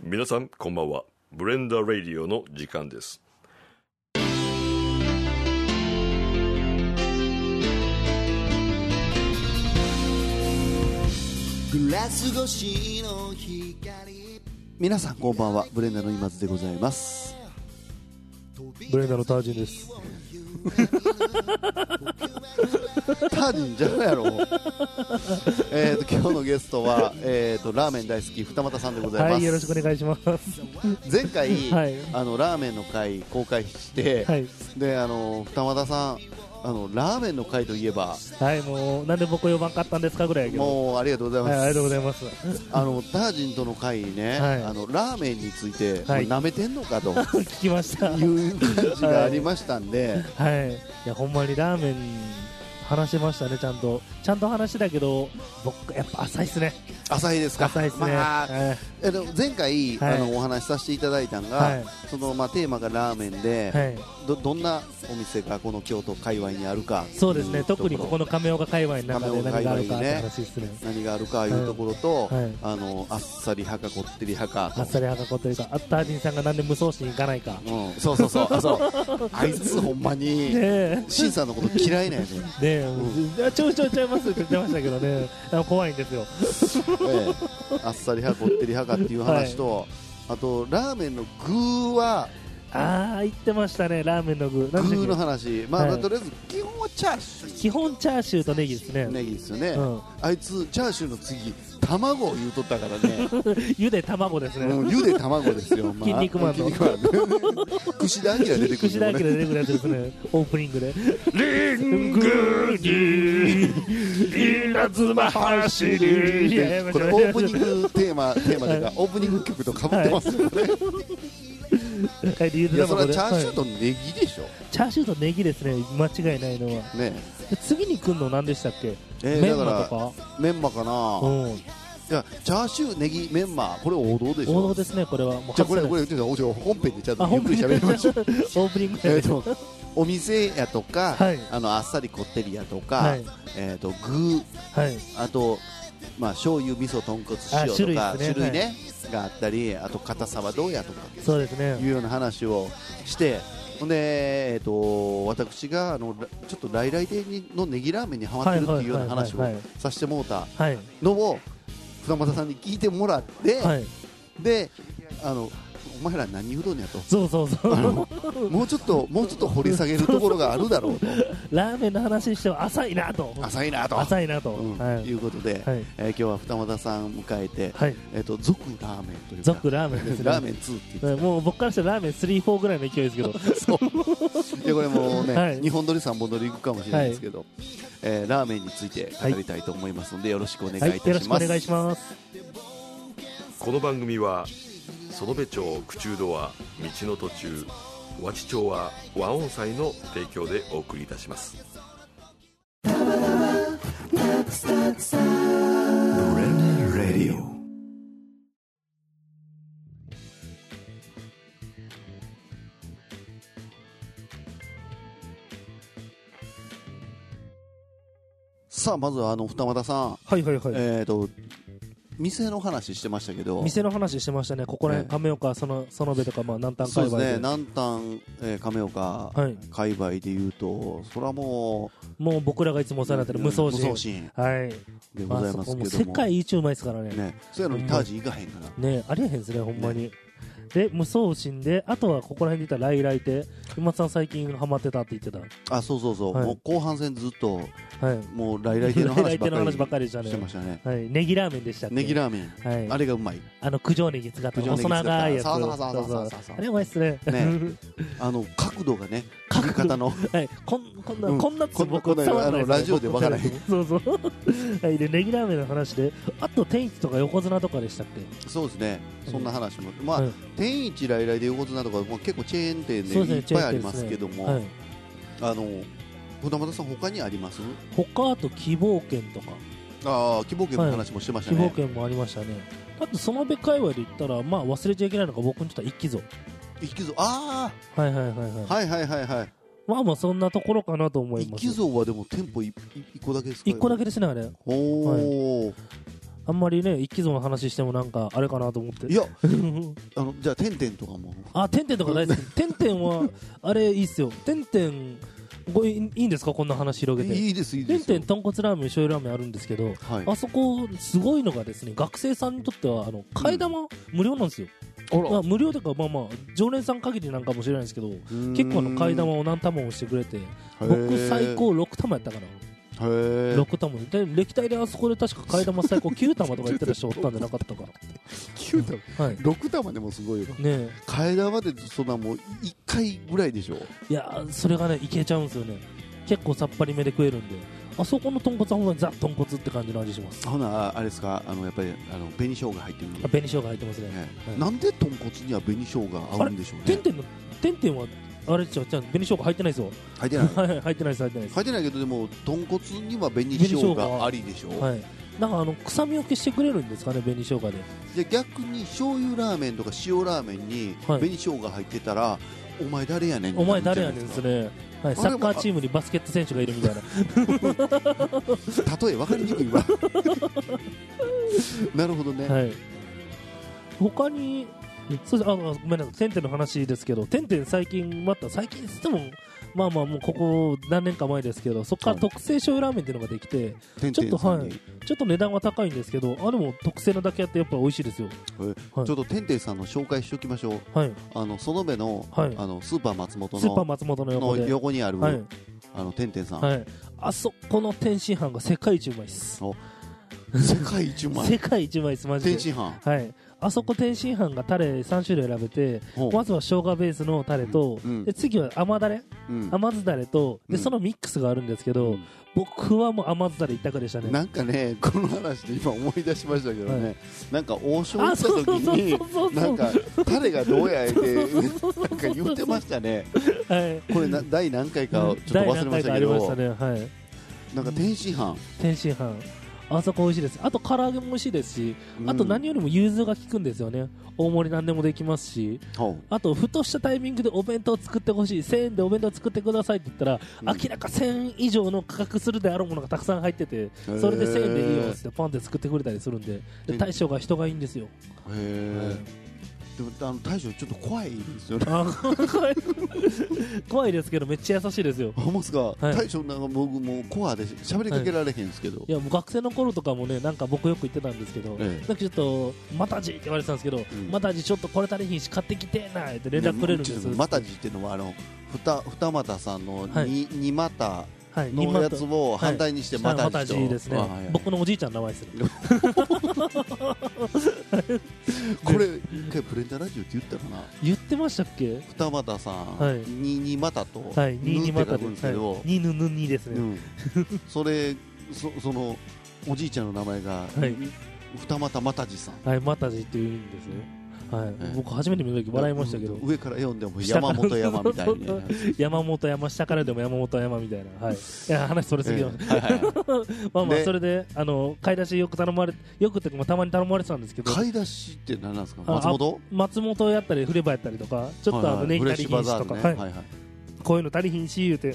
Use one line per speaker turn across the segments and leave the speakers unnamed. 皆さんこんばんはブレンダーレディオの時間です
グラス越しの光
皆さんこんばんはブレンダーの今津でございます
ブレンダーのタージンです。
タージンじゃないやろえーと今日のゲストは、えー、とラーメン大好き二俣さんでございます、
はい、よろしくお願いします。
前回、
はい
あのラーメンの回公開して、
はい、
であの二俣さんあのラーメンの回といえば
はい、もう、なんで僕呼ばんかったんですかぐらいやけど。
もうありがとうございま
はい、
す、
ありがとうございます。
あのタージンとの回ね、
はい
あのラーメンについて、
はい
なめてんのかという
聞きました。はい、
感じがありましたんで、
いや、ほんまにラーメン。話しましたね、ちゃんと。ちゃんと話だけど、僕、やっぱ浅いっすね。
浅いですか
浅いっすね。
まあ
はい
えでも前回、
はい
あのお話しさせていただいたのが、
はい
そのまあテーマがラーメンで、
はい、
どどんなお店がこの京都界隈にあるか
そうですね、特にここ
の
の亀岡界隈の中で何があるかって話ですね。
何があるかいうところと、
はいはい
あのあっさり派かこってり派か
あっさりはかこというか、あったーじんさんがなんで無双心行かないか。
うん、そうそうそうあそうあいつほんま
ね
に
え。
しんさんのこと嫌いなんやね、
ねえ、うん、ちょいちょいちゃいますって言ってましたけどね、あの怖いんですよ。
ええあっさり派こってり派かっていう話と、あとラーメンの具は
ああ、言ってましたね、ラーメンの具。なんで
具の
したっ
話まあ、
はい
とりあえず基本はチャーシュ
け
ー
基本チャーシューとネギですね。
ネギですよね、
うん
あいつチャーシューの次卵を言うとったから ね
ゆで卵ですね。
うんゆで卵ですよ、まあ
筋肉マン
筋
の
肉マンね串田明出てくる
串田
よ
明
ね
出てくるやつですね、オープニングで。
リングに稲妻走
いや
り
やめ
こ
て
れオープニングテーマテーマというか、オープニング曲とかぶってますよ ね、
はい、理由
い、
で
やそれはチャーシュー
はい
とネギでしょ、
チャーシューとネギですね、間違いないのは。
ね
で次に来るの何でしたっけ、
えー
メン
だ
マ
か
と
らメンマかな、
か、うん、
いやチャーシューネギメンマこれ王道でし
王道
ょ
ですね、これは。もう
じゃあこれ
外せない
これちょっと本編でちゃん
あ
とゆっ
本
く
当
り喋
に
りましょう
オープニング
え
で
ーとお店やとか、
はい
あのあっさりこってりやとか、
はい、
えー、と具
はい、
あと、まあ、醤油味噌豚骨塩とか
あ
種類,、
種類
ね
で
があったりあと硬さはどうやとか
そうですね
い。うような話をしてほんで、えー、と私があのらちょっと来来亭にのネギラーメンにハマってるっていうような話
は
を
いはいはいはい
させてもうた
はい、
のを船俣さんに聞いてもらって、
はい、
であのお前ら何うどんやと。
そうそうそ
あ
う。
のもうちょっともうちょっと掘り下げるところがあるだろ うと
ラーメンの話しては浅いなと。
浅いなと
浅いなと。
うん、
はいい。
うことで、
はい。
えー今日は二俣さんを迎えて、
はい。
えっ、と続ラーメンというか
続ラーメンですね。
ラーメン2って言
は
っ
いもう僕からしたらラーメン3、4ぐらいの勢いです けど。
てそういやこれもうね、
はい
2本撮り3本撮りいくかもしれないですけど、えーラーメンについて語りたいと思いますので、よろしくお願
はい
い
い。
た
よろ
し
しくお
ます、
願いします。
この番組は園部町口中堂は道の途中和知町は和音祭の提供でお送りいたします
さあまずはあの二俣さん、
はいはいはい。
えっ、と店の話してましたけど
店の話してましたね。ここら
え
辺、
え
亀岡、その、園部とか、まあ、南端
そう
界
です
隈
ね南
で。
丹、えー亀岡、
はい。
界隈でいうとそれはも
もう僕らがいつもお
う
世話になってる
うん
無双
無
心
双。心
はい。
でご
ま
ざ
あ、
い
そ
ま
こ
すけ
も
ど
世
も、
界一うまいですからね。
ね、そうやのにタージ行かへんから、
ねありえへんですね、ほんまに。で、無双心で、あとはここら辺で言ったら、ライライ亭。今津さん最近ハマってたって言ってた。
あそうそうそう、
はい
もう後半戦ずっと
はい。
もう来来亭の話ばっ
の話ば
か
っかりでした
りして
ね
ま。したね
はい、ネギラーメンでしたっけ
ネギラーメン、
はい、
あれがうまい
あの九条ネギ使った
九条ネギ
細
使った
長いやつ
そうそうそうそう
そう
そうそう
あれうまいっすね
ねあの角度がね
角
角
度
方の
はいこんこんな、
うん
こんなっつ
こんな
僕
こんな
伝わんない
あのラジオでわからへん
そうそうはいでネギラーメンの話であと天一とか横綱とかでしたっけ
そうですねそんな話も、まあ、
うん
天一来来で横綱とかもう結構チェーン店で
そうです
い
ね
っぱいあり
チェーン店ですね
ますけども、
はい
あの船俣さん他にあります
他あと希望券とか
ああ希望券の話もしてました
希
ね、
望券もありましたねあとそのべ界隈で言ったらまあ忘れちゃいけないのが僕にとっては一気ぞ
一気蔵あ
はいはいはいはい、
あはいはいはいはい
まあまあそんなところかなと思い
一
ます
気蔵はでも店舗いい一個だけですか
一個だけですねあれ
おお、
あんまりね一気像の話してもなんかあれかなと思って
いやあのじゃあてんてんとかも
あてんてんとか 大好きてんてんはあれいいっすよてんてんごいいいんですかこんな話広げて
いいですいい
て
で
ん
す
てん豚骨ラーメン醤油ラーメンあるんですけど
はい
あそこすごいのがですね学生さんにとってはあの替え玉無料なんですよ、
あ
まあ、無料というかまあまあ常連さん限りなんかもしれないですけど結構あの替え玉を何玉もしてくれて僕最高6玉やったかな
へえ
6玉で歴代であそこで確か替え玉最高9玉とか言ってた人おったんじゃなかったか
9玉
なはいね
6玉でもすごいよ
え
替え玉でそんなもう1回ぐらいでしょ
いやそれがねいけちゃうんですよね結構さっぱりめで食えるんであそこの豚骨はほんまにザ豚骨って感じの味しますあ
ほなあれですかあのやっぱりあの紅生姜入ってるの、ね
紅生姜入ってますねはい
なんで豚骨には紅生姜合うんでしょう
て
ね
んてんのてんてんはあれちゃうちゃう紅生姜入ってないですよ
入ってない
はいはい入ってないです入ってないです
入ってないけどでも豚骨には紅生姜ありでしょ、
はいなんかあの臭みを消してくれるんですかね紅生姜で
じゃあ逆に醤油ラーメンとか塩ラーメンに
はい
紅生姜入ってたら、お前誰やねんって
お前
なる
誰
じゃ
やね
なんい
で
です
す
か
ねはい、
あ
サッカーチームにバスケット選手がいるみたいな
例え分かりにくいわ なるほどね、
はい、他にそうですあのごめんなさいテンテンの話ですけどテンテン最近また最近っつってもまあまあもうここ何年か前ですけどそこから特製醤油ラーメンっていうのができて
てん
ちょ
てん
っと
さ
は
んに
いちょっと値段は高いんですけどあでも特製のだけあってやっぱ美味しいですよはい
ちょっとてんてんさんの紹介しておきましょう
はい
あの園部の,、
はい
あのスーパー松本
スーパー
の
松本の横
の
で
横にある、
はい
あのてんてんさん、
はいあそこの天津飯が世界一うまいっす
世界一うまい
世界一うまいっすマジ
天
で
津飯
はいあそこ天津飯がタレ3種類選べて
ほう
まずは生姜ベースのタレと、
うん
で次は甘だれ
うん
甘酢だれとで、
うん
そのミックスがあるんですけど、
うん
僕はもう甘酢だれ一択でしたね
なんかねこの話で今思い出しましたけどね、
は
なんか王将行
あ
った
そう
時
そうそう
に
そうそう
なんか彼がどうやってなんか言ってましたね
はい
これな第何回かちょっと忘れましたけ
第何回かありまし
ど
たねはい
なんか天津飯
天津飯あそこ美味しいですあと唐揚げも美味しいですし、あと何よりも融通が効くんですよね大盛り何でもできますし
ほ
あとふとしたタイミングでお弁当作ってほしい1000円でお弁当作ってくださいって言ったら、
うん
明らか1000円以上の価格するであろうものがたくさん入ってて
う
それで1000円でいいよ
へ
っつってパンって作ってくれたりするんでで
え
大将が人がいいんですよ
えでもあの大将ちょっと怖いんですよね
あ怖い 怖いですけどめっちゃ優しいですよ
あますか、
い
大将なんか僕もうコアで喋りかけられへんですけど、
いやもう学生の頃とかもねなんか僕よく言ってたんですけど、
ええ
なんかちょっと「またじ」って言われてたんですけど「
ん
またじちょっとこれ足りひんし買ってきてーな」って連絡くれるんです
ねもうちょっとまたじっていうのはあのふた二股さんの
はい
に二股
はい
のやつ
今と
を反対にして
はい
ま
ま
た
た
じ
じ
と、
ですね、
あはいはい
僕のおじいちゃんの名前ですね
これ一回プレンターラジオって言ったかな
言ってましたっけ
二股さん、
はい
に二股と、
はい
ぬって
22また
書
で
くんですけど、
はい、ぬぬにです
う
ね、
ん、それそそのおじいちゃんの名前が、
はい
二股又次さん
はいまたじっていう意味ですねはい、
ええ
僕初めて見た時笑いましたけど、
うん上から読んでも
下か
山
ら
本山み たいに、
そう
ね
山本山下からでも山本山みたいな、はい、いや話それすぎました、
はいはいはい
まあまあ
で
それであの買い出しよく頼まれよくっていうかまあたまに頼まれてたんですけど
買い出しって何なんですか
あ
松本
松本やったりフレバやったりとかちょっと
はい
あ
は
の
い
ネギ
フレッ
足
シュ
りひ
バ
んし
ザー
と
ル
か、
ね、
は
は
い
いはい
こういうの足りひんし言うて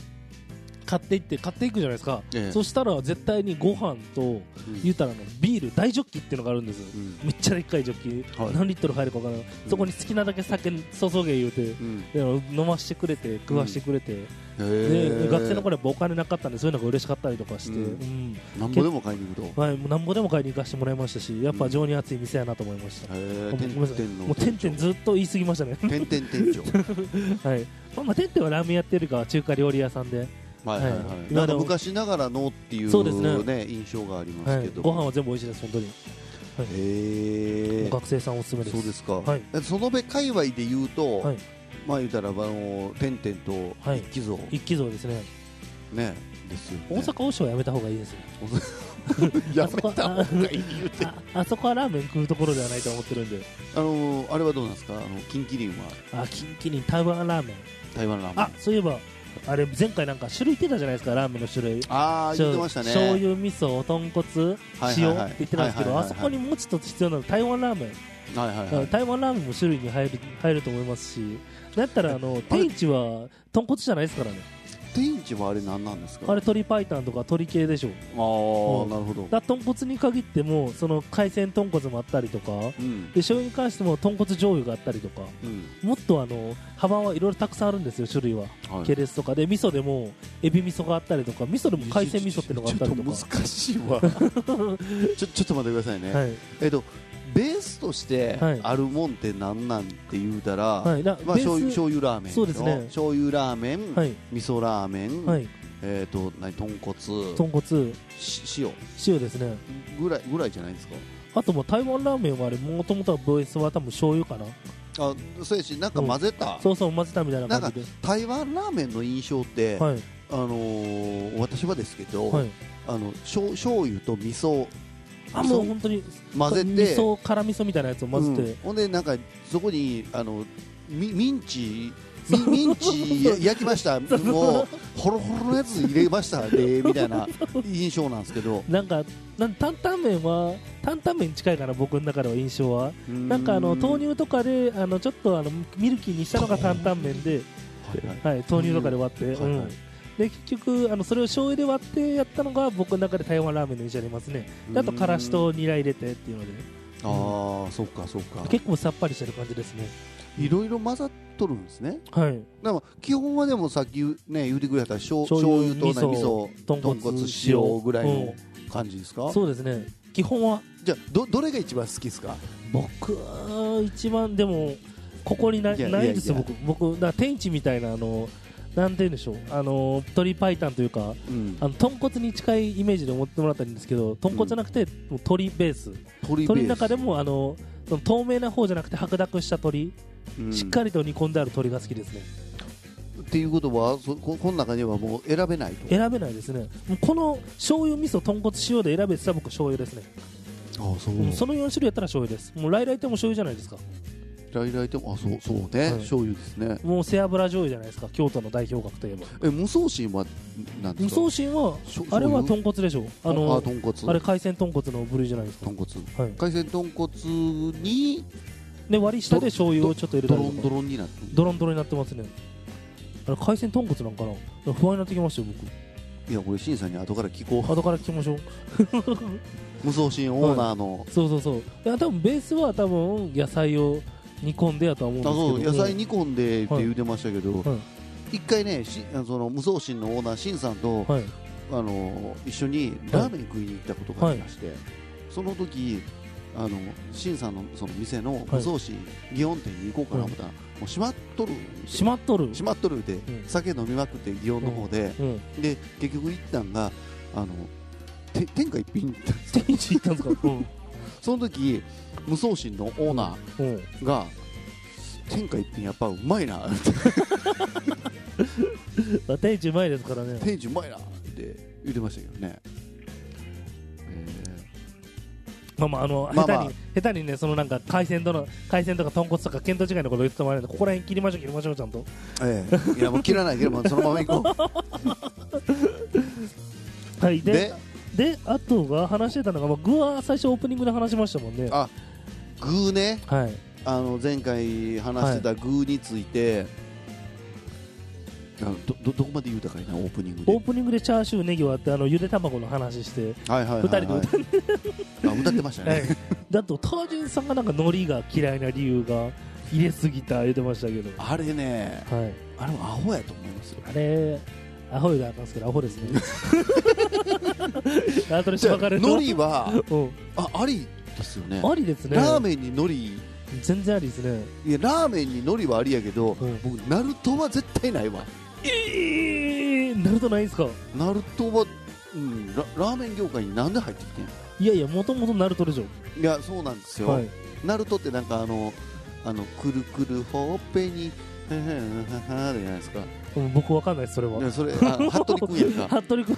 買っていって買っていくじゃないですか、
ええ
そしたら絶対にご飯と
うん
言うたらあのビール大ジョッキっていうのがあるんですよ
うん
めっちゃでっかいジョッキ、
はい
何リットル入るか分からない、そこに好きなだけ酒注げ言うて
うん
で飲ましてくれて食わしてくれて、
へ
で
ー
学生の頃やっぱお金なかったんでそういうのが嬉しかったりとかして、
うん
うん
なんぼでも買いに行くと
はい、もうなんぼでも買いに行かせてもらいましたしやっぱ情に熱い店やなと思いました、
へー
ごめ
て
んなさ
ん
い
てんの
もうてんてんずっと言い過ぎ ましたね
てんてん店長
はいまあまあてんてんはラーメン屋っていうよりかは中華料理屋さんで、
はいはいは
はい
いなんか昔ながらのっていう
そうですね
ね印象がありま
は
す
い
け、ど
ご飯は全部美味しいです本当に、
へえ
学生さんおすすめです
そうですか、
はい
そのべ界隈で言うと、
はい
まあ言うたらあのてんてんと
はい
一気像、
一気像ですね
ねですよ、ね、
大阪王将はやめた方がいいですね
やめた方がいい言うて
ああそこはラーメン食うところではないと思ってるんで
あのあれはどうなんですかあのキンキリンは
あキンキリン台湾ラーメン
台湾ラーメン
あそういえばあれ前回なんか種類言ってたじゃないですかラーメンの種類
あー言ってましたね
醤油味噌豚骨
はいはい
塩
はい
って言ってたんですけ
はいはい
ど
はいはい
あそこにもうちょっと必要なのは台湾ラーメン
はいはいはい
台湾ラーメンも種類に入る入ると思いますしだったらあの
あれ
天一は豚骨じゃないですからね
天一はあれ何なんですか
あれ鶏白湯とか鶏系でしょ
あー
うん
なるほど
だから豚骨に限ってもその海鮮豚骨もあったりとかで
うん
醤油に関しても豚骨醤油があったりとか
うん
もっとあの幅はいろいろたくさんあるんですよ種類は
はい
系列とかで味噌でもエビ味噌があったりとか味噌でも海鮮味噌ってのがあったりとか
ちょっと難しい わちょちょっと待ってくださいね、
はい
えっとベースとして
はい
あるもんってなんなんって言うたら、
はいだ
まあ、
ベース
醤油醤油ラーメン
そうですね
の醤油ラーメン、
はい
味噌ラーメン、
はい
えっ、と何豚骨
豚骨
し塩
塩ですね
ぐらいぐらいじゃないですか
あともう台湾ラーメンはあれもともとはベースは多分醤油かな
あそうやしなんか混ぜた、
そうそう混ぜたみたいな感じ
台湾ラーメンの印象って、
ではい
あのー私はですけど、
はい
あの醤醤油と味噌
あもう本当に
混ぜて
味噌辛味噌みたいなやつを混ぜ
うん
て
ほんでなんかそこにあのミミンチミミンチや焼きましたもうホロホロのやつ入れましたでみたいな印象なんですけど
なんかなん担々麺は担々麺に近いかな僕の中では印象はなんかあの豆乳とかであのちょっとあのミルキーにしたのが担々麺で、
はいはい
はい、豆乳とかで割って、
うんはいはい
うんで結局あのそれを醤油で割ってやったのが僕の中で台湾ラーメンの印象ありますねであとからしとニラ入れてっていうので
ああそうかそうか
結構さっぱりしてる感じですね
いろいろ混ざっとるんですね
はい
でも基本はでもさっきね言ってくれた醤
醤
醤
油
油とね味噌
豚
豚
骨
骨塩ぐらいの
う
感じですか
んそうですね基本は
じゃあどどれが一番好きですか
僕は一番でもここにない
いや
ないです
いやいや
僕僕だから天一みたいなあのなんて言うんでしょうあの鶏白湯というか
うん
あの豚骨に近いイメージで思ってもらったらいいんですけど豚骨じゃなくて、もう鶏ベース
鶏ベース
鶏の中でもあのその透明な方じゃなくて白濁した鶏、
うん
しっかりと煮込んである鶏が好きですね
っていうことはそここの中にはもう選べないと
選べないですねもうこの醤油味噌豚骨塩で選べてたら僕醤油ですね、
あそう
うんその4種類やったら醤油ですもう来来亭も醤油じゃないですか
来来てもあそうそうね、
はい
醤油ですね
もう背脂醤油じゃないですか京都の代表格といえば
え無双心はなんで
無
すか
双心は
しょ醤油
あれは豚骨でしょあの
あ豚骨
あれ海鮮豚骨の部類じゃないですか
豚骨
はい、
海鮮豚骨に
で割り下で醤油をちょっと入れた
ド
り
ロ
と
ン
か
ドロンになって
ドロンドロンになってますねあれ海鮮豚骨なんかな不安になってきましたよ
いやこれ新さんに後から聞こ
僕後から聞きましょう
う無双心オーナーの、
そうそうそういや多分ベースは多分野菜を煮込んでやとは思
あそううん
です
野
けど
菜煮込んでって言うてましたけど、
はい
一回ねしあのその無双心のオーナー新さんと、
うんはい
あの一緒にラーメン食いに行ったことがありまして、その時あの新さんのその店の無双市祇園店に行こうかな思ったら、もう閉まっとる
閉まっとる
閉まっとるで、
ん
酒飲みまくって祇園の方で、
うん
で結局行ったんがあのて天下一品に行ったんです
天一行ったんですかうん
その時無双心のオーナ
うん
ーが天下一品やっぱうまいな
まあ天一うまいですからね
天一うまいなって言ってましたけどね、えー
まあまああの、
まあまあ
下手に下手にねそのなんか海鮮との海鮮とか豚骨とか見当違いのこと言ってもらえるんでここら辺切りましょう切りましょうちゃんと
ええ、いやもう切らないけどもうそのまま行こ
はい
う
で
で
であとは話してたのが、まあ、具は最初オープニングで話しましたもんね
あグーね
はい
あの前回話してたグーについて、あのどどどこまで言うたかいなオープニングで
オープニングでチャーシューネギ割ってあのゆで卵の話して
はいはいはい、
二人で歌
あ歌ってましたね、
はい、だとタージンさんがなんか海苔が嫌いな理由が入れすぎた言ってましたけど、
あれね
はい、
あれもアホやと思いますよ
あれアホであかんですけどアホです ねあとでしばかれると
海苔は
うん
あありですよね
ありですね
ラーメンに海苔
全然ありですね
いやラーメンに海苔はありやけど、
うん
僕ナルトは絶対ないわ
えー、なるとないんすか
ナルトは、うん、ララーメン業界になんで入ってきてんの
いやいやもともとなるとでし
いやそうなんです
ょ
よ、
はい
ナルトってなんかあの、あのくるくるほっぺに、ははははじゃないですか。
うん僕わかんないですそれ
で
は
もそれ、 あ、服部君やん
服部君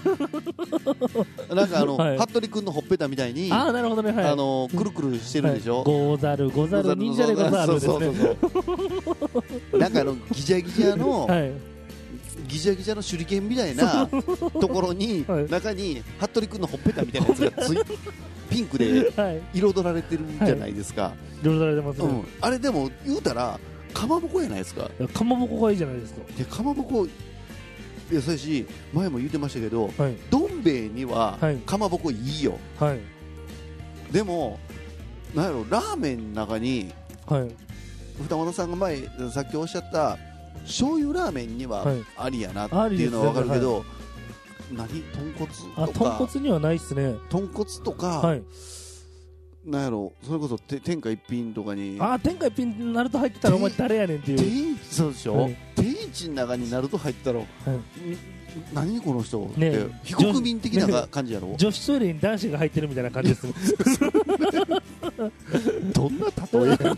か。なんかあの、
はい
服部君のほっぺたみたいに、
ああなるほどねはい
あのくるくるしてるでしょ。
はい、ござるござる忍者でござるですね
そうそうそうそう。なんかあのギジャギジャの、
はい
ギジャギジャの手裏剣みたいなところに、
はい
中に服部君のほっぺたみたいなやつがついピンクで
はい
彩られてるじゃないですか。
いろいろられてます
う
ね
ん、あれでも言うたらかまぼこやないですか。
いやかまぼこがいいじゃないですか
でかまぼこいやそれし前も言ってましたけど
はい
どん兵衛には
はい
かまぼこいいよ、
はい
でもなんやろラーメンの中に
はい
二俣さんが前さっきおっしゃった醤油ラーメンには
はい
ありやなって
ありで
い
す
う
ね
のはわかるけど、何豚骨
あ
とか
豚骨にはないっすね
豚骨とか、
はい
なんやろそれこそて天下一品とかに
あー天下一品なると入ってたらお前誰やねんっていう
天そうでしょ、
はい
天一の中になると入ったら、何この人って、
ねえ
非国民的なが感じやろ、
女子トイレに男子が入ってるみたいな感じ ですね
どんな例えやねん
い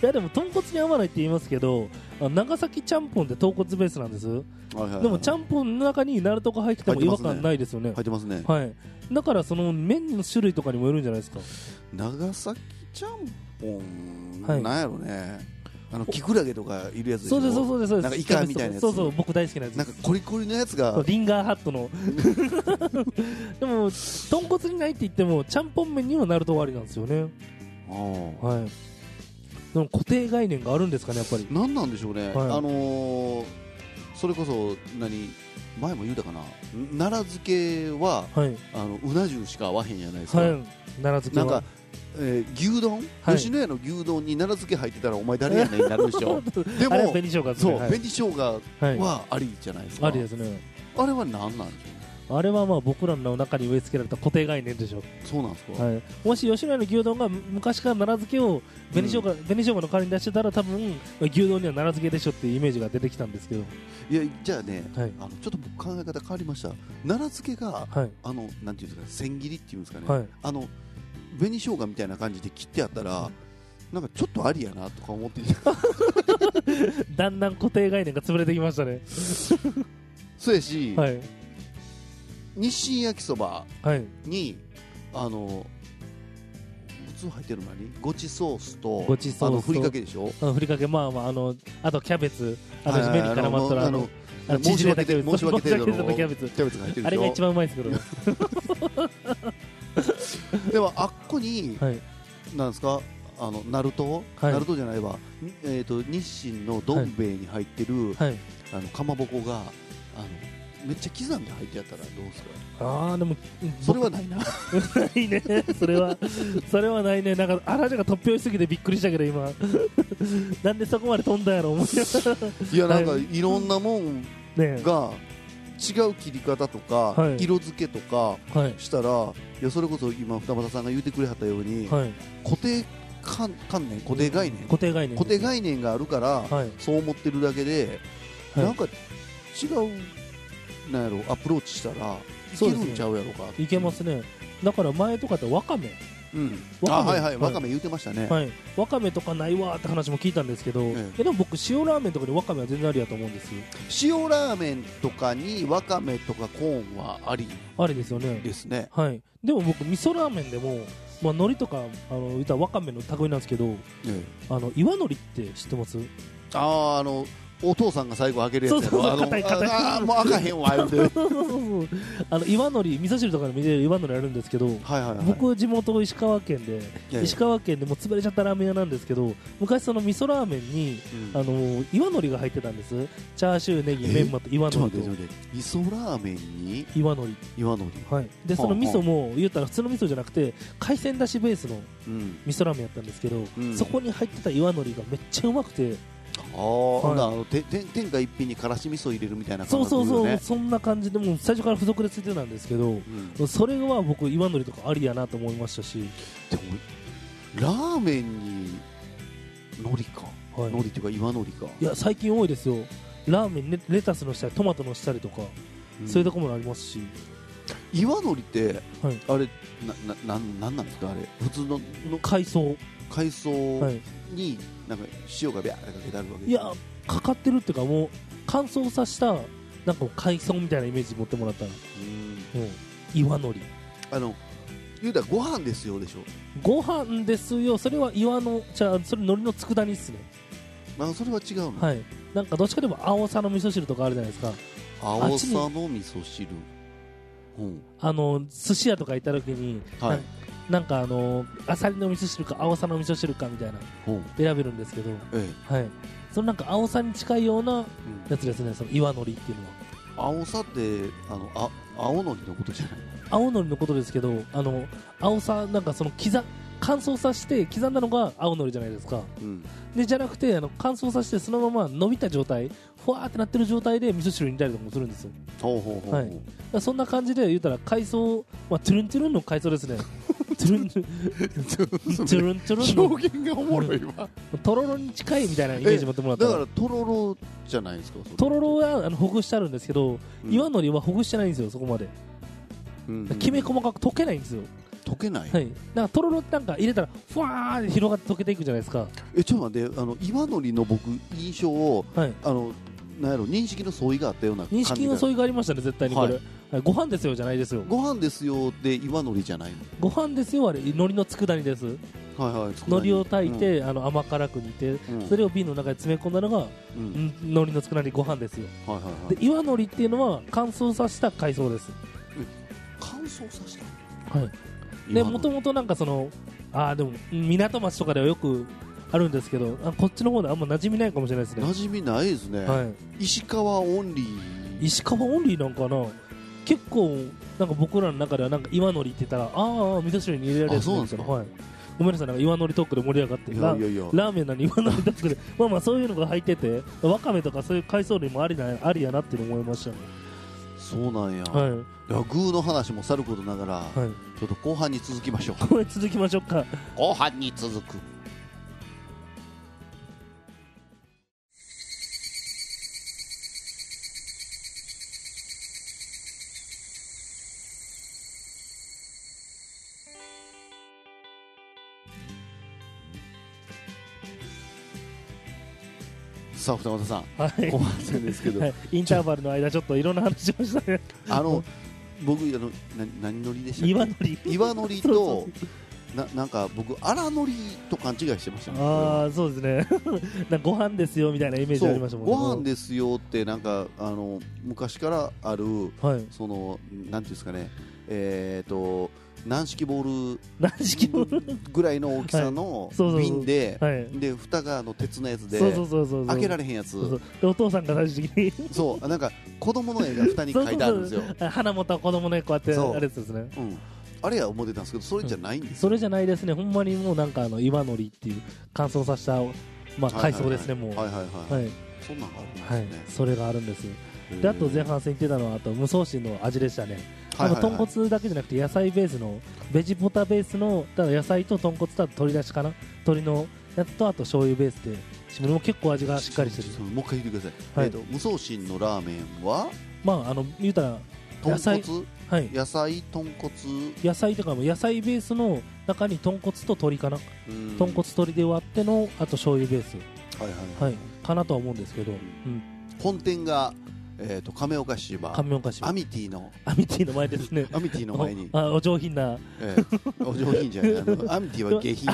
やでも豚骨に合わないって言いますけどあ長崎ちゃんぽんって豚骨ベースなんです
はいはいはい
でもちゃんぽんの中にナルトが入ってても違和感ないですよね
入ってますね、
はいだからその麺の種類とかにもよるんじゃないですか
長崎ちゃんぽん、
はい
なんやろねあのキクラゲとかいるやつでし
そ
ょ
うですそうそうですそうです
なんかイカみたいなやつ
そうそう僕大好きなやつ
なんかコリコリのやつが
そうリンガーハットの でも豚骨にないって言ってもちゃんぽん麺にはなると終わりなんですよね
あー
はいでも固定概念があるんですかねやっぱり
何なんでしょうね、
はい
あのーそれこそ何前も言うたかな奈良漬けは
はい
あのうな重しか合わへんじゃないですか、
はい奈良漬け
な
は
んか、えー牛丼、
はい
吉野家の牛丼に奈良漬け入ってたらお前誰やねんになるでしょで
あれは
も
紅生姜です
そ
ね
う、
はい
紅生姜
はい
はありじゃないですか、
ありですね
あれは何なんでしょ
あれはまあ僕らの中に植え付けられた固定概念でしょ
うねそうなんですか、
はい、もし吉野家の牛丼が昔から奈良漬けを紅生姜、紅生姜の代わりに出してたら多分牛丼には奈良漬けでしょっていうイメージが出てきたんですけど
い、やじゃあね
はい
あのちょっと僕考え方変わりました奈良漬けが
はい
あのなんていうんですか千切りっていうんですかね、
はい
あの紅生姜みたいな感じで切ってあったらなんかちょっとありやなとか思ってて
だんだん固定概念が潰れてきましたね
そうやし、
はい
日清焼きそば
はい
にあの普通入ってるのにごちソースと
ごちソースと
あのふりかけでしょ
あのふりかけまあまああのあとキャベツあ
はい
と目に絡まったら
あ
あの
の
あの
申し
縮れた
訳
キャベツ
申し訳程度
申し
の
訳
キ
キ
ャ
ャ
ベ
ベツ
ツが入ってる
あれが
で
一
しょ
番うまいですけど
でもあっこに
はい
なんですかあのナルト、
はい
ナルトじゃないわ、にえー、と日清のどん兵衛に入ってる、
はい
あのかまぼこがあのめっちゃ刻んで入ってやったらどうですか
ああでも
それはないな
ないねそれはそれはないねなんかあらじが突拍子すぎてびっくりしたけど今 なんでそこまで飛んだんやろ思いながら
いやなんかいろんなもん
ね
が違う切り方とか、
はい
色付けとか
はい
したらいやそれこそ今二俣さんが言ってくれはったように、
はい
固定観観念固定概念、
固定概念
固定概念があるから、
はい
そう思ってるだけで、
はい
なんか違うなんやろアプローチしたらいけるんちゃうやろか
いけますねだから前とかってわかめ、
うん、あ
わかめ
はいはい
はい
わかめ言ってましたね、
はい、わかめとかないわーって話も聞いたんですけど、
ええ
えでも僕塩ラーメンとかでわかめは全然ありやと思うんですよ
塩ラーメンとかにわかめとかコーンはあり
あれですよね
ですね
はいでも僕味噌ラーメンでも、まあ、海苔とかあの言ったらわかめの類なんですけどあの岩海苔って知っ てます
あああのお父さんが最後開けるやつや
そうそうそう
あの
硬い硬い
ああもう開かへんわ言うてはい
そうそうそうあの岩海苔味噌汁とかにも入れる岩海苔あるんですけど
はいはい
僕地元石川県
い
で
やいや
石川県でもう潰れちゃったラーメン屋なんですけど昔その味噌ラーメンに
うん
あの岩海苔が入ってたんですチャーシューネギ
え
メンマと岩
ちょっ
海
と待って
苔
ちょ
と
っと待って味噌ラーメンに
岩海苔
岩のり
はいでその味噌も言ったら普通の味噌じゃなくて海鮮だしベースの
うん
味噌ラーメンやったんですけど
うん
そこに入ってた岩海苔がめっちゃうまくて
ああ、ほなあのてて天下一品にからし味噌入れるみたいな
そ
感
う
じ
そうそう
ね
そんな感じでもう最初から付属でついてたんですけど
うん
それは僕岩海苔とかありやなと思いましたし
でもラーメンに海苔か
はい
海苔っていうか岩海苔か
いや最近多いですよラーメンねレタスのしたりトマトのしたりとか
うん
そういうとこもありますし
岩のりって、
はい
あれなななんなんなんですかあれ普通のの
海藻
海藻
はい
になんか塩がビャーってかけてあるわけ
いやかかってるっていうかもう乾燥させたなんかもう海藻みたいなイメージ持ってもらったら
うん
うん岩のり
あの言うたらご飯ですよでしょ
ご飯ですよそれは岩のじゃあそれ海苔の佃煮っすね
あそれは違うの、
はいなんかどっちかでも青さの味噌汁とかあるじゃないですか
青さの味噌汁うん
あの寿司屋とか行った時に、
はい
なんかあのアサリの味噌汁か青さの味噌汁かみたいな
うん
選べるんですけど
え
はいそのなんか青さに近いような
うん
やつですねその岩のりっていうのは
青さってあのあ青のりのことじゃない
青のりのことですけどあの青さなんかその刻乾燥させて刻んだのが青のりじゃないですか
うん
でじゃなくてあの乾燥させてそのまま伸びた状態ふわーってなってる状態で味噌汁に入れたりとかもするんですよだ
ほうほうほうほう、
はいからそんな感じで言うたら海藻、まあ、トゥルントゥルンの海藻ですね トゥルントゥルントゥルントゥルンの
表現がおもろいわ
とろろに近いみたいなイメージ持ってもらった
だ
ら
からとろろじゃないですかそれ
とろろはあのほぐしてあるんですけど、
うん
岩のりはほぐしてないんですよそこまで
うんうん
きめ細かく溶けないんですよ、
溶けない、
はい、なんかとろろってなんか入れたらふわーって広がって溶けていくじゃないですか
えちょっと待ってあの岩のりの僕印象を
はい
あのなんやろ認識の相違があったような感
認
じが
識の相違がありましたね絶対にこれ、
は
はいご飯ですよじゃないですよ
ご飯ですよで岩のりじゃない
ご飯ですよあれ海苔の佃煮です
のはいはい
海苔を炊い、て、あの甘辛く煮
う
て
んうん
それを瓶の中に詰め込んだのが、
うん
ん海苔の佃煮ご飯ですよ
はいはいはい
で岩のりっていうのは乾燥させた海藻です
乾燥させた
はいでもともとなんかそのあーでも港町とかではよくあるんですけどあこっちの方であんま馴染みないかもしれないですね
な、じみないですね、
は
石川オンリ
い、
ー
石川オンリーなんかな結構なんか僕らの中ではなんか岩のりって言ったらあーあー味噌汁に入れられるやつ
あそうなんですか
はい、ごめんなさいなんか岩のりトークで盛り上がって
い
ラ
やいやいや
ラーメンなのに岩のりトークで まあまあそういうのが入っててわかめとかそういう海藻類もありなありやなっていうの思いましたね
そうなんや、
はい
い、やグーの話もさることながら、
はい
ちょっと後半に続きましょう
これ続きましょうか
後半に続くさあ二俣さん
はい
後半戦ですけど、
はいインターバルの間ちょっといろんな話しました ね
あの僕あのな何乗りでしたっけ
岩のり
岩のりとななんか僕荒のりと勘違いしてましたね
ああそうですね なんかご飯ですよみたいなイメージ
そ
ありました
う
もんね
ご飯ですよってなんかあの昔からある
はい
そのなんていうんですかねえっ、と軟式ボール
軟式の
ぐらいの大きさの
いそうそうそう
瓶で、
はい
で蓋があの鉄のやつで
そうそうそうそう
開けら
れ
れへんやつ
そうそうでお父さんが最終的に
そうなんか子供の絵が蓋に書いてあるんですよ
花もと子供の絵こうやって
そう
あれですね
うんあれは思ってたんですけどそれじゃないんです
それじゃないですねほんまにもうなんかあの岩のりっていう乾燥させたまあ
はい
海藻ですねもう
はい
は
はいはい、
いはい
そんなんがあるんです
はい
ね、
それがあるんですよ
へ
で
ー
あと前半戦言ってたのはあと無双心の味でしたね
はい
な
は
ん
いは
か
い
豚骨だけじゃなくて野菜ベースのベジポタベースのだから野菜と豚骨とあと鶏だしかな鶏のやつとあと醤油ベースでしも結構味がしっかりしてる
ちょっともう一回言ってください、
はい
えっ、と無双心のラーメンは
まああの言うたら
豚
野菜
骨
はい
野菜豚骨
野菜とかも野菜ベースの中に豚骨と鶏かな
うん
豚骨鶏で割ってのあと醤油ベース
はいはい、
はいかなとは思うんですけどうん
本店が、えー、と亀岡市場
神岡市
アミティの
アミティの前ですね、
アミティの前に
あお上品な
えーお上品じゃないあのアミティは下品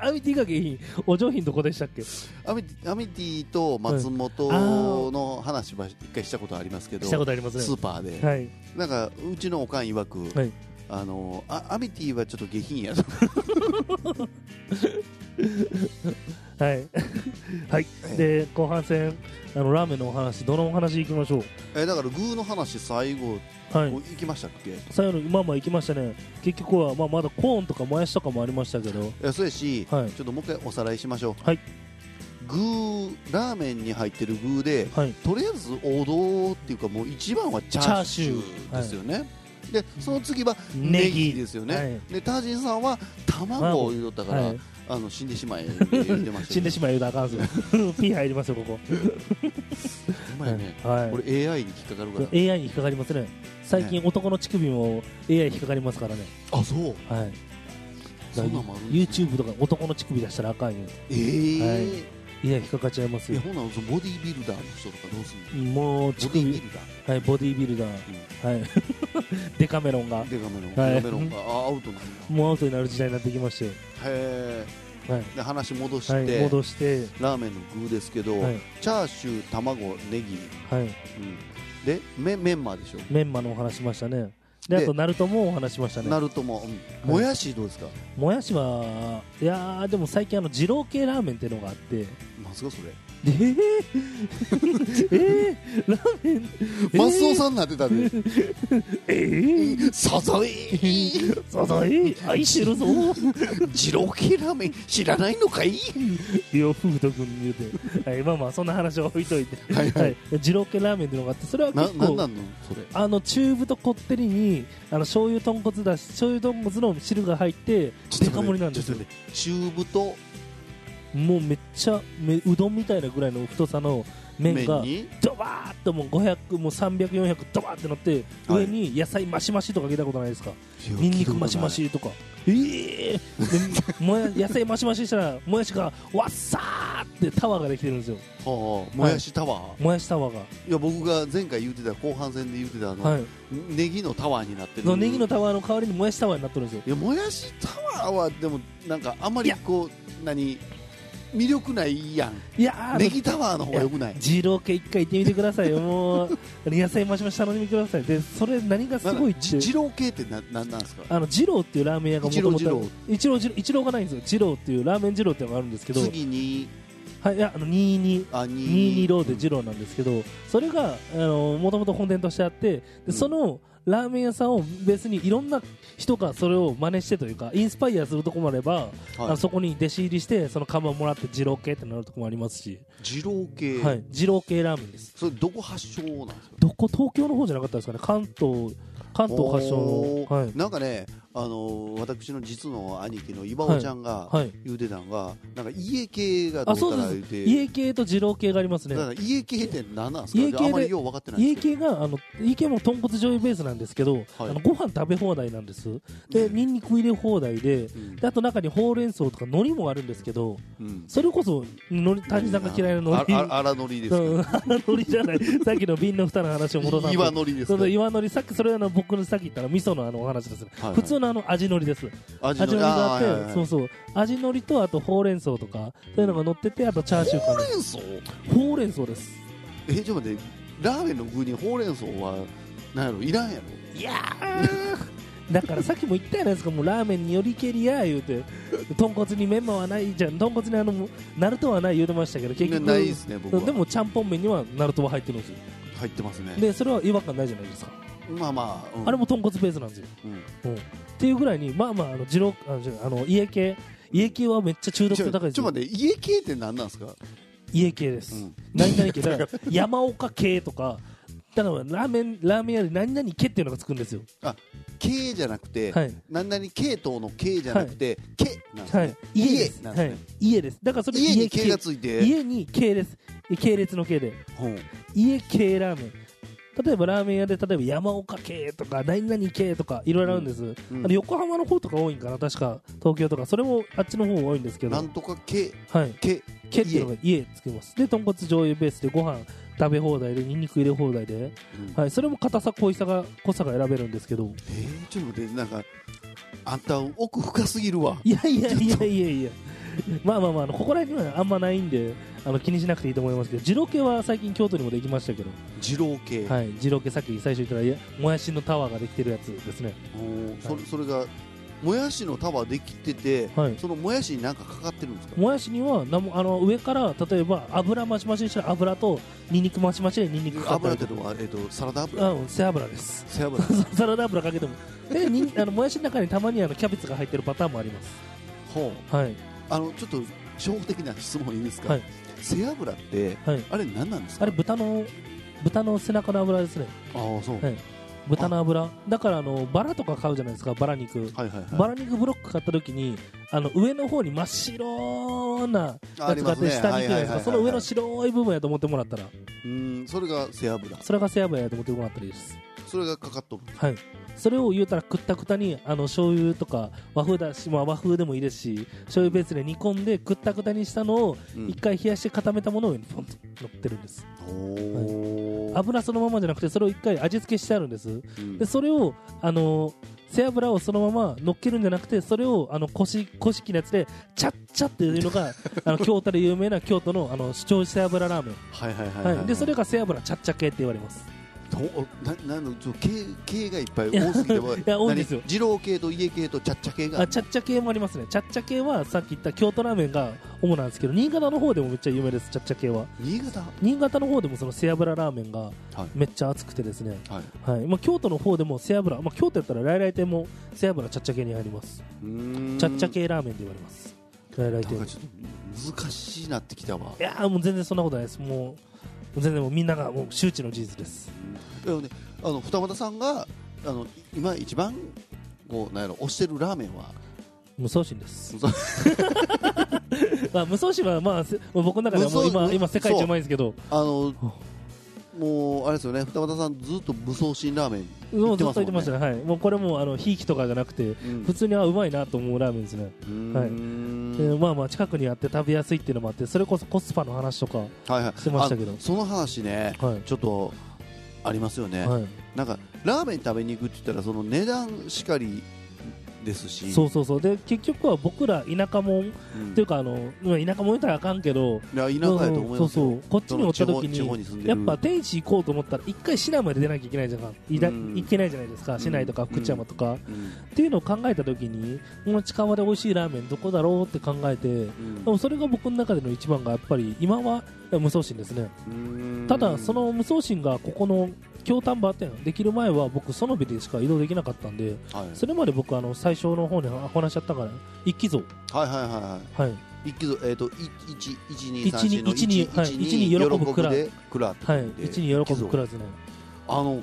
アミティが下品お上品どこでしたっけし
アミティアミティと松本の話は一回したことありますけど
たことあります
スー
ね
パーで、
はい
なんかうちのおかん曰く、
はい
あのあアミティはちょっと下品やと、
はい、 はい、で後半戦あのラーメンのお話どのお話いきましょ
えーだからグーの話最後、
うはい
行きましたっけ
最後のまあまあ行きましたね結局は、まあ、まだコーンとかもやしとかもありましたけど
えそうやし、
はい
ちょっともう一回おさらいしましょう、
はい
具ラーメンに入ってる具で
はい
とりあえず王道っていうかもう一番はチャーシュ
チャーシュ
ー
ー
ですよね、でその次は
ネギ
ネギですよね、
はい
でタージンさんは卵を言うとったから、
はい
あの死んでしまえって言ってましたけど
死んでしまうよあかんすよ ピー入りますよここ、
ほんまやね、
はい
俺 AI に引っかかるから、
AI に引っかかりますね最近男の乳首も AI に引っかかりますからね
あそう
はい
そんなんもあるんですね
YouTube とか男の乳首出したらあかんよ
えー
はいいや引っかかっちゃいます
いや
よ
ほんならそのボディービルダーの人とかどうする
もう乳
のボディービル
首
ダー
はいボディービルダー、はい デカメロンが
デカメロン、
はい
デカメロンがあアウトなんだ
もうアウトになる時代になってきまして
へえ、
はい
で話戻して、
はい、戻して、
ラーメンの具ですけど、
はい
チャーシュー卵ネギ、
はい、
うんでメメンマでしょ、
メンマのお話しましたねで
で
あとナルトもお話しましたね
ナルトも、うんもやしどうですか、
もやしはいやーでも最近あの二郎系ラーメンっていうのがあって
なんすかそれ
えー、 えー、ラーメンえー
マスオさんになってたで
えー、
サザエ
サザエ愛してるぞ
二郎系ラーメン知らないのかい
洋風太君に言う て、はい、まあまあそんな話は置いといて
はいは
はいい、二郎系ラーメンっていうのがあってそれは
なな
結
んな
構
んのそれ
あの中太こってりにあの醤油豚骨だし醤油豚骨の汁が入ってデカ盛りなんですよ
ちょっと待って中太
もうめっちゃめうどんみたいなぐらいの太さの麺
麺
が
に
ドバーッともう500もう300400ドバーって乗って
はい
上に野菜マシマシとかかけたことないですかニンニクマシマシとかええー、でもや野菜マシマシしたらもやしがわっさーってタワーができてるんですよ
はあもやしタワー、
もやしタワーが、
い、や僕が前回言ってた後半戦で言ってたあの、
はい、
ネギのタワーになってる
のネギのタワーの代わりにもやしタワーになってるんですよ
いやもやしタワーはでもなんかあんまりこう何魅力ないやん
いやーあの
ネギタワーの方がよくない
二郎系一回行ってみてくださいよもう野菜マシマシ頼んでみてくださいでそれ何がすごいっ
じ
て
二郎系ってななんなんですか
あの二郎っていうラーメン屋がもとも
一郎
と一郎二郎一郎がないんですよ二郎っていうラーメン二郎っていうのがあるんですけど
次に
はいいやあの22
あに
二二ローで二郎なんですけど、それがもともと本店としてあってで、
うん
そのラーメン屋さんをベースにいろんな人がそれを真似してというかインスパイアするとこもあれば、
はい
あのそこに弟子入りしてその看板をもらって二郎系ってなるとこもありますし、
二郎系、
はい、二郎系ラーメンです
それどこ発祥なんですか
どこ東京の方じゃなかったですかね関東関東発祥
お
の
ー
はい
なんかねあのー私の実の兄貴の岩尾ちゃんが
はい
言うてたんが、なんか家系がど
あ
う
そ
た
う
ら言
で
う
す
て
家系と二郎系がありますね
だから家系って何なんですか
家系
じゃ
で
ああんまりよう分かってないん
家
ですけ
系があの家系も豚骨醤油ベースなんですけど、あのご飯食べ放題なんですでニンニク入れ放題で
ど、うん
であと中にほうれん草とか海苔もあるんですけど
うん
それこそのり谷さんが嫌いな海苔
ああ荒のりです
うんあの海苔じゃないさっきの瓶の蓋の話を戻さ
か
ん
岩
と
のりです
そ
か
の岩のりさっきそれあの僕のさっき言ったの味噌のあのお話ですね
はいはい
普通のあの味のりです
味
味のりがあって
ーはいはいはい
そうそう味のりとあとほうれん草とかそういうのが乗っててあとチャーシューか
ほう
な
れん草
ほうれん草です
えちょっと待ってラーメンの具にほうれん草はなんやろいらんやろ
いやーだからさっきも言ったじゃないですかもうラーメンによりけりや言うて豚骨にメンマはないじゃん豚骨にあのナルトはない言うてましたけど結局
ないですね僕は
でもちゃんぽん麺にはナルトは入ってるんですよ
入ってますね
でそれは違和感ないじゃないですか
まあまあ、うん
あれも豚骨ベースなんですよ、
うん
うんっていうぐらいにまあまああの二郎あじゃああの家系家系はめっちゃ中毒
ちょち
性
ょ
高い
っ
です
と
よ
待って家系って何なんですか
家系です、
うん
何々系だから 山岡系とかだからラーメンラーメン屋で何々系っていうのがつくんですよ
系じゃなくて、
はい
何々系統の系じゃなくて、系なんですね、
はい家です
なん
は
です
い
ね、
家ですだからそれ
家に系
系
がついて
家に系列系列の系で
ほう
家系ラーメン例えばラーメン屋で例えば山岡系とか何々系とかいろいろあるんです、
うん
あの横浜の方とか多いんかな確か東京とかそれもあっちの方多いんですけど
なんとか系
はい
系
けっていうのが家つけますで豚骨醤油ベースでご飯食べ放題でニンニク入れ放題で、
うん
はい、それも硬さ濃いさが濃さが選べるんですけど
えー、ちょっと待ってなんかあんた奥深すぎるわ
いやいやいやいやいやまあまあまああのここら辺にはあんまないんであの気にしなくていいと思いますけど二郎系は最近京都にもできましたけど
二郎系、
はい、二郎系さっき最初言ったらもやしのタワーができてるやつですね。
おーそれそれがもやしの束できてて、
はい。
そのもやしになんかかかってるんですか
もやしにはなんもあの上から例えば油マシマシにしたら油とニンニクマシマシでニンニクかかった
油っ
り
て
と
のは、えー、とサラダ油
あうん背脂です。
背脂
サラダ油かけてもでにんあのもやしの中にたまにあのキャベツが入ってるパターンもあります。
ほう
はい
あのちょっと初歩的な質問いいですか、
はい
背脂って、
はい
あれ何なんですか
あれ豚の豚の背中の油ですね。
ああそう、
はい豚の油だからあのバラとか買うじゃないですかバラ肉。
はいはいはい
バラ肉ブロック買った時にあの上の方に真っ白な
ああり
使
ま
っ
すね
て下に行くじゃないですかその上の
う
白い部分やと思ってもらったら
ーんそれが背脂
それが背脂やと思ってもらったらいいです
それがかかっとる
はいそれを言うたらくったくたにあの醤油とか和風だし、まあ、和風でもいいですし醤油ベースで煮込んでくったくたにしたのを
うん
一回冷やして固めたものを上にポンと乗ってるんです
おー
油そのままじゃなくてそれを一回味付けしてあるんです
うん
でそれをあの背脂をそのまま乗っけるんじゃなくてそれをあのこしこし器のやつでチャッチャっていうのが あの京都で有名な京都のあの主張背脂ラーメン
はいはいはい
はい、でそれが背脂チャッチャ系って言われます
とななんのちょ系系がいっぱい多すぎて
いや多いですよ
何二郎系と家系とちゃっちゃ系が
あちゃっちゃ系もありますねちゃっちゃ系はさっき言った京都ラーメンが主なんですけど新潟の方でもめっちゃ有名ですちゃっちゃ系は
新潟は
新潟の方でもその背脂ラーメンが
はい
めっちゃ熱くてですね、
い
はいまあ、京都の方でも背脂、まあ、京都やったら来来店も背脂ちゃっちゃ系に入ります
うーん
ちゃっちゃ系ラーメンで言われます来来
なんか
店
ちょっと難しいなってきたわ
いやーもう全然そんなことないですもう全然もうみんながもう周知の事実です
でもねあの二俣さんがあの今一番こうなんやろ推してるラーメンは
無双心です
無双
まあ無双心はまあせ僕の中ではもう
無双
今今世界一うまいんですけど
あのもうあれですよね二俣さんずっと無双心ラーメン
も
言
う
って
ずっと
ますもんね
言ってましたね、はい、もうこれもうあのひいきとかじゃなくて
うん
普通にはうまいなと思うラーメンですね、
うーん
はいえーまあまあ近くにあって食べやすいっていうのもあってそれこそコスパの話とかは
はいはい
してましたけど
あのその話ね
い、
ちょっとありますよね、
は
なんかラーメン食べに行くって言ったらその値段しかりです
い、
し
そうそうそうで結局は僕ら田舎もんっ
うん
ていうかあのまあ田舎もん言ったらあかんけど
いや田舎やと思い
そう
ますよ
そうこっちにおった時
地方地方
に
に住んで
やっ
る
ぱ天使行こうと思ったら一回市内まで出なきゃいけないじゃんいだ
うん
いけないじゃないですか市内と
う
か
ん
福知山とか、
う
っ
ん
ていうのを考えた時にこの近場で美味しいラーメンどこだろうって考えて
うん
でもそれが僕の中での一番がやっぱり今は無双心ですね
うん
ただその無双心がここの京丹波店できる前は僕園部でしか移動できなかったんで
はい
それまで僕あの最初の方にお話しちゃったから一気像
はいはいはいはい
はい
一気ぞえっ、と一一二三四の
一にはい
一
一に喜ぶクラ
でクラって
はい
で
一に喜ぶクラスね
あの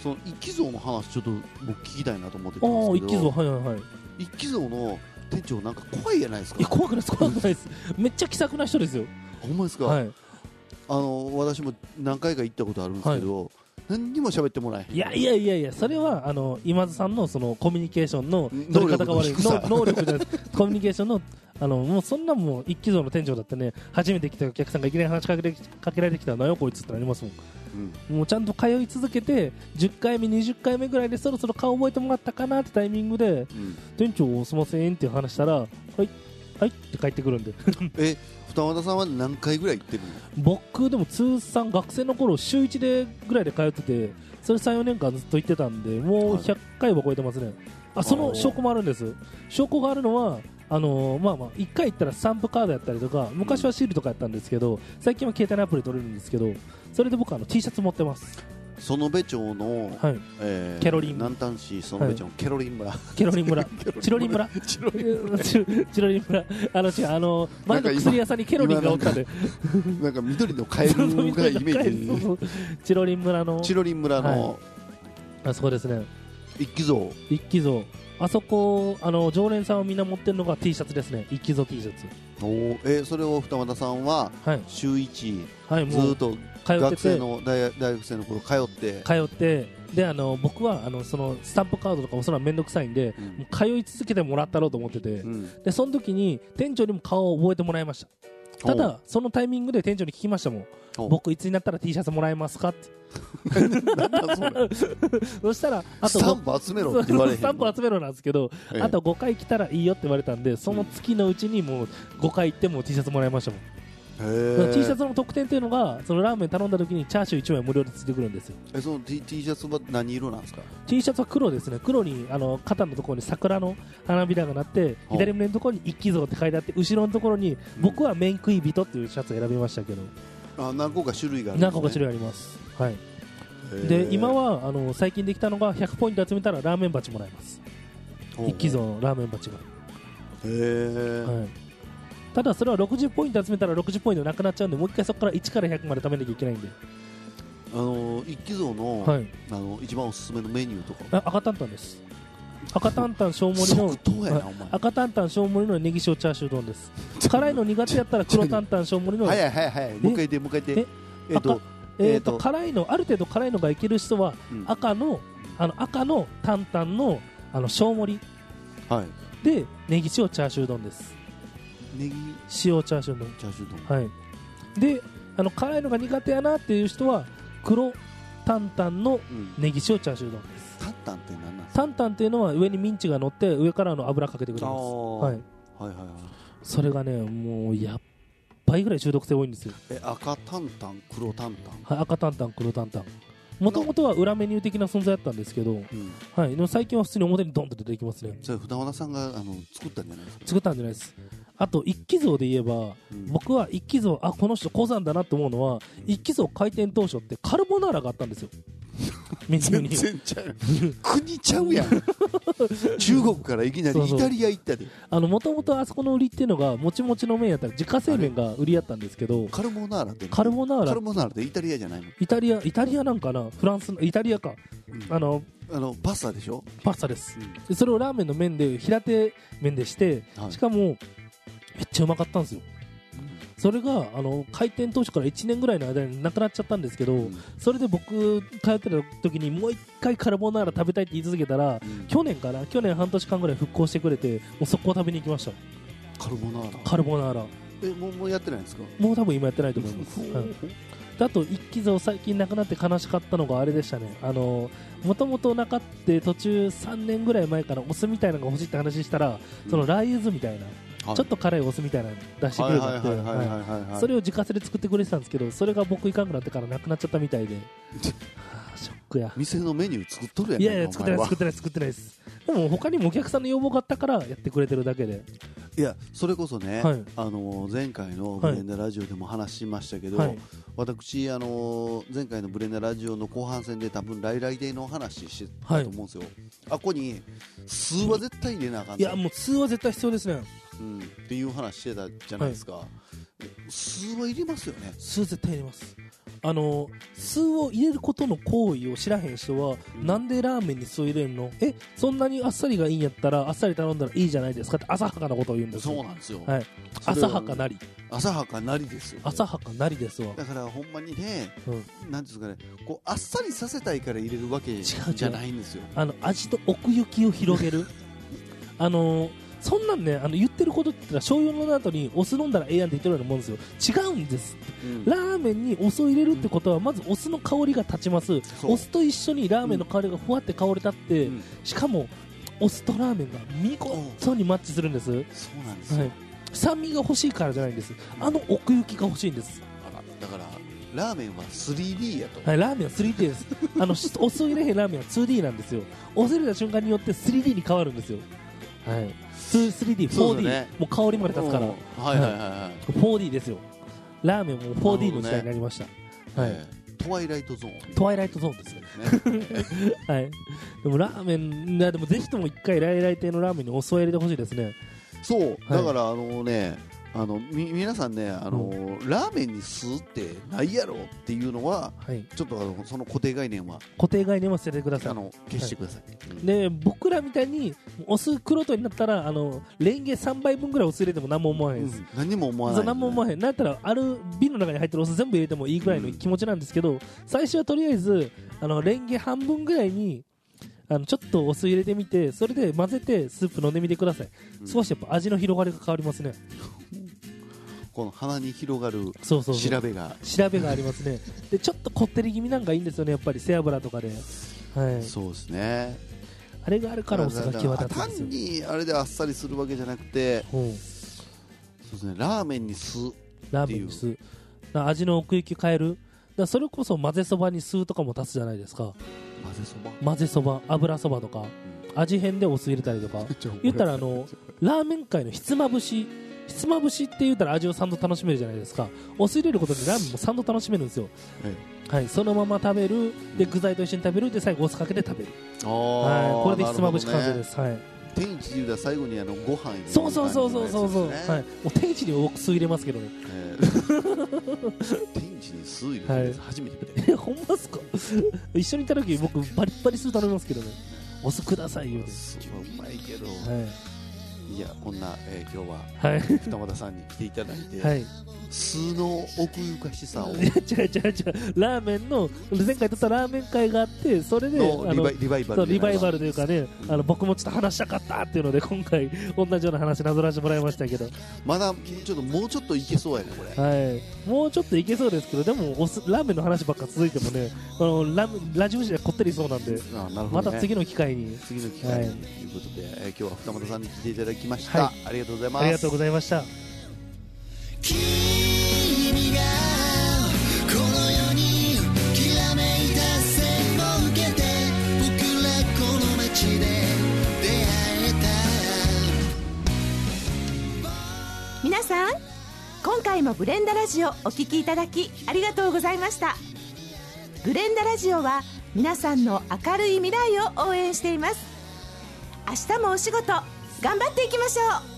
その一気像の話ちょっと僕聞きたいなと思って
あ
た
あ
んですけ
ー
ど
一気像はいはいはい
一気像の店長なんか怖いじゃないです
いや
か
怖くないです怖くないですめっちゃ気さくな人ですよ
ほんまですか、
はい
あの私も何回か行ったことあるんですけど、何にも喋ってもらえへん
いやいやいやいやそれはあの今津さんのそのコミュニケーションの
うん
取り方が悪い
能力の低さ
の能力じゃないですコミュニケーションのあのもうそんなもう一気像の店長だってね初めて来たお客さんがいきなり話しかけてかけられてきたら何よこいつってなりますもん
うん
もうちゃんと通い続けて10回目、20回目ぐらいでそろそろ顔覚えてもらったかなってタイミング
う
で
ん
店長をすいませんって話したらはい、はいって帰ってくるんで
え二俣さんは何回ぐらい行ってるの
僕、でも通算学生の頃週1でぐらいで通っててそれ3、4年間ずっと行ってたんでもう
はい
100回は超えてますねあその証拠もあるんです証拠があるのはあのーまあまあ1回行ったらスタンプカードやったりとか昔はシールとかやったんですけど最近は携帯のアプリ取れるんですけどそれで僕あの T シャツ持ってます。
園部町の、
はい
えー
ケロリン
南丹市園部町のケロリン村、
ケロリン村、チロリン村、 チロリン村、あの違う、あの前の薬屋さんにケロリンがおったんで、
なんか緑のカエルがイメ ージ
そうそうチロリン村の、
チロリン村の
あそこですね、
一気像
一気像、あそこ、あの常連さんをみんな持ってるのが T シャツですね、一気像 T シャツ、
おーえーそれを二俣さんは
はい、
週一
はい、
ず
も
ーっ
う
と
通
学
ってて
生、の大大学生の頃通って
通って、で、あの僕はあのそのスタンプカードとかもそんなめんどくさいんで、
うん
もう通い続けてもらったろうと思ってて
う、ん
でその時に店長にも顔を覚えてもらいました。ただそのタイミングで店長に聞きましたもん
お
僕いつになったら T シャツもらえますかって
おなんだそれ
そしたらあと
スタンプ集めろって言われへん
スタンプ集めろなんですけど、
ええ
あと5回来たらいいよって言われたんでその月のうちにもう5回行ってもう T シャツもらいましたもん、
へ
だから
ー
T シャツの特典っていうのがそのラーメン頼んだ時にチャーシュー1枚無料でついてくるんですよ
えその T, T シャツは何色なんですか
T シャツは黒ですね黒にあの肩のところに桜の花びらがなって
ほう
左胸のところに一気像って書いてあって後ろのところに僕はメインクイビトっていうシャツを選びましたけど
あ何個か種類があるんですね
何個か種類ありますはい
へー
で今はあの最近できたのが100ポイント集めたらラーメン鉢もらえます
ほうほう
一気像のラーメン鉢が、
へー
はい、ただそれは60ポイント集めたら60ポイントなくなっちゃうんでもう一回そこから1から100まで貯めなきゃいけないんで、
あの一気像の,、
はい、
あの一番おすすめのメニューとか
あ赤担々です赤担々小盛りの
即答やな、
は
お前
赤担々小盛りのネギ塩チャーシュー丼です辛いの苦手やったら黒担々小盛りの
早い早い早いもう一回言ってもう一回言ってえっと
赤えー
えーと
と辛いのある程度辛いのがいける人は
うん
赤のあの赤の担々のあの小盛り
はい
でネギ塩チャーシュー丼です
ネギ
塩チャーシュー丼
チャーシュー丼
はい、であの辛いのが苦手やなっていう人は黒担々の
うん
ネギ塩チャーシュー丼です
タッタンって何なんですか
担々っていうのは上にミンチが乗って上からの油かけてくれ
あ
ます、
ー
はい、
はいはいはい
それがねもうやっ倍ぐらい中毒性多いんですよ
え赤タンタン黒タンタン
はい赤担々黒担々もともとは裏メニュー的な存在だったんですけど、
うん、
はい、でも最近は普通に表にドンと出てきますね
それ船和田さんがあの作ったんじゃないですか、
作ったんじゃないですあと一気像で言えば
うん
僕は一気像あこの人鉱山だなと思うのは一気像開店当初ってカルボナーラがあったんで すよメニュー
全
に
然ちゃう国ちゃうや ん中国からいきな
そう
り
そ
イ
う
タリア行ったで
あのもともとあそこの売りっていうのがもちもちの麺やったら自家製麺が売りやったんですけど
カルボナーラって
カルボナー
カ
ラ
ルボナーラってイタリアじゃないの
イタリアイタリアなんかなフランスのイタリアかあの
あのパスタでしょ、
パスタですでそれをラーメンの麺で平手麺でして
はい
しかもめっちゃうまかったんですよそれがあの開店当初から1年ぐらいの間になくなっちゃったんですけど、
うん
それで僕通ってた時にもう一回カルボナーラ食べたいって言い続けたら
うん
去年かな去年半年間ぐらい復興してくれてもう速攻食べに行きました
カルボナーラ
カルボナーラ
えもうもうやってないんですか
もう多分今やってないと思います、はいであと一気像最近なくなって悲しかったのがあれでしたねあのもともとなかって途中3年ぐらい前からお酢みたいなのが欲しいって話したらそのラー油酢みたいな、
はい
ちょっと辛いお酢みたいなの出してく
はい
れ
は
た
い
って
はいはいはい
はい
はいはい
それを自家製で作ってくれてたんですけどそれが僕いかんくなってからなくなっちゃったみたい ではあショックや
店のメニュー作っとるやん
いやいや
お
作っ
前
てない
は
作ってない作ってないですでも他にもお客さんの要望があったからやってくれてるだけで
いやそれこそね、
はい
あの前回のブレンダラジオでも話しましたけど、
はい
私あの前回のブレンダラジオの後半戦で多分来来デーの話してたと思うんですよ、あっこに数は絶対入れなあかん
いや
と、
もう通は絶対必要ですね
うん、っていう話してたじゃないですか、数は入れますよね
酢絶対入れますあの酢を入れることの行為を知らへん人は、
うん
なんでラーメンに酢入れるのえそんなにあっさりがいいんやったらあっさり頼んだらいいじゃないですかって浅はかなことを言うんです
そう
よ
なんですよ、
はい
それ
浅はかなり
浅はかなりですよ、ね、
浅はかなりですわ、
だからほんまにね
うん、
なんていうんですかねこうあっさりさせたいから入れるわけ
違う違う
じゃないんですよ
あの味と奥行きを広げる あのそんなんねあの言ってることって言ったら醤油の後にお酢飲んだらええやんって言ってるようなもんですよ違うんです
うん
ラーメンにお酢を入れるってことはまずお酢の香りが立ちます
そう
お酢と一緒にラーメンの香りがふわって香り立って、
うん
しかもお酢とラーメンが見事にマッチするんです、はい、
そうなんですよ、
酸味が欲しいからじゃないんですあの奥行きが欲しいんです、
あらだからラーメンは 3D やと、
はい、ラーメンは 3D です あのしお酢を入れへんラーメンは 2D なんですよお酢入れた瞬間によって 3D に変わるんですよはい
そうだ
3D4D、
ね
もう香りまで立つから
うんはいはいはいはい、
4D ですよラーメンも 4D の時代になりました、はい
えートワイライトゾーン
トワイライトゾーンですね
ね
はい、でもラーメン、いやでもぜひとも一回、来来亭のラーメンにお酢を入れてほしいですね。
そうだからあのねあのみ皆さんねあの、ラーメンに酢ってないやろっていうのは
はい、
ちょっとあのその固定概念は
固定概念は捨ててくださ
あ
い。
の消してください、うん
で僕らみたいにお酢黒とになったらあのレンゲ3杯分ぐらいお酢入れても何も思わへんです、
うん何も思わ
そ
な
う
い
何も思わへんなんやったらある瓶の中に入ってるお酢全部入れてもいいぐらいの気持ちなんですけど、最初はとりあえずあのレンゲ半分ぐらいにあのちょっとお酢入れてみてそれで混ぜてスープ飲んでみてください、
うん
少しやっぱ味の広がりが変わりますね
この鼻に広がる
そうそうそう
調べが
調べがありますねでちょっとこってり気味なんかいいんですよねやっぱり背脂とかで、はい、
そうですね
あれがあるからお酢が際立つ
単
んですよ
にあれであっさりするわけじゃなくて
うん
そうですねラーメンに酢
ラーメンに酢だから味の奥行き変えるだからそれこそ混ぜそばに酢とかも足すじゃないですか
混ぜそば
混ぜそば油そばとか味変でお酢入れたりとか言ったらあのラーメン界のひつまぶしひつまぶしって言ったら味を3度楽しめるじゃないですかお酢入れることでラーメンも3度楽しめるんですよ
はい
はいそのまま食べるで具材と一緒に食べるで最後お酢かけて食べる
あー
はい、これでひつまぶし完成
なるほど
で
ね
す、はい、
天一で言うたら最後にあのご飯入れる
そうそうそうそうそうそう、
感じの
はい、
や
もう天一に僕酢入れますけどね
つですねえー 天一に酢入れてるやつ初めて見たよ
えほんまっすか一緒にいた時僕バリッバリ酢頼みますけどねお酢くださいよ
酢はうまいけど
はい
やこんなえー今日は
はい
二俣さんに来ていただいて
いはいい
酢の奥ゆかしさを
や違う違う違うラーメンの前回撮ったラーメン会があってそれで
の
あ
リ
の
バイリバイバ
そ
ル
うリバイバルという
か
かね、あの僕もちょっと話したかったっていうので今回同じような話なぞらせてもらいましたけど、
まだちょっともうちょっといけそうやねこれ
はい、もうちょっといけそうですけどでもお酢ラーメンの話ばっか続いてもねあのラムラジオシでこってりそうなんで
あなるほ
ま
ど
た
ね
次の機会に
次の機会
は
に
い
ということで、えー今日は二俣さんに来ていただきました、
は
ありがとうございます
ありがとうございました
君がこの世にきらめいた世
ブレンダラジオお聞きいただきありがとうございましたブレンダラジオは皆さんの明るい未来を応援しています明日もお仕事頑張っていきましょう